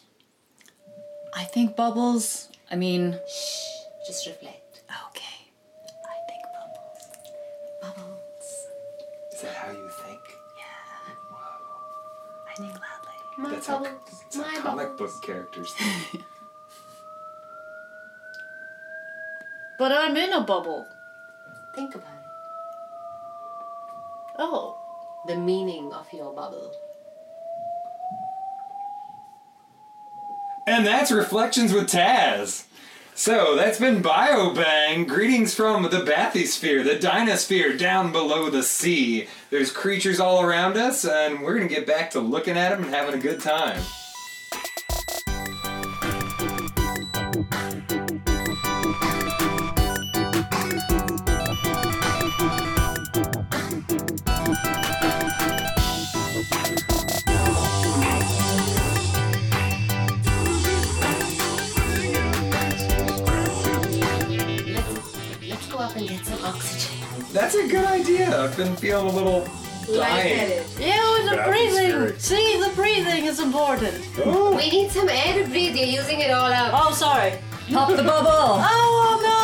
Speaker 4: I think bubbles. I mean,
Speaker 1: Just reflect.
Speaker 4: okay. I think bubbles.
Speaker 1: Bubbles.
Speaker 2: Is that how you think?
Speaker 4: I think loudly.
Speaker 1: My
Speaker 2: That's how-
Speaker 1: bubbles.
Speaker 2: It's
Speaker 1: My
Speaker 2: how comic
Speaker 1: bubbles.
Speaker 2: book characters think.
Speaker 5: But I'm in a bubble.
Speaker 1: Think about it.
Speaker 5: Oh,
Speaker 1: The meaning of your bubble.
Speaker 2: and that's Reflections with Taz. So that's been BioBang. Greetings from the bathysphere, the dinosphere down below the sea. There's creatures all around us, and we're gonna get back to looking at them and having a good time.
Speaker 7: Let's, let's go up and get some oxygen.
Speaker 2: That's a good idea. I've been feeling a little dying.
Speaker 8: Lightheaded.
Speaker 5: Yeah, the
Speaker 3: That is
Speaker 5: breathing.
Speaker 3: scary.
Speaker 5: See, the breathing is important.
Speaker 2: Ooh.
Speaker 7: We need some air to breathe. You're using it all up.
Speaker 5: Oh, sorry.
Speaker 8: Pop the bubble.
Speaker 5: Oh, no.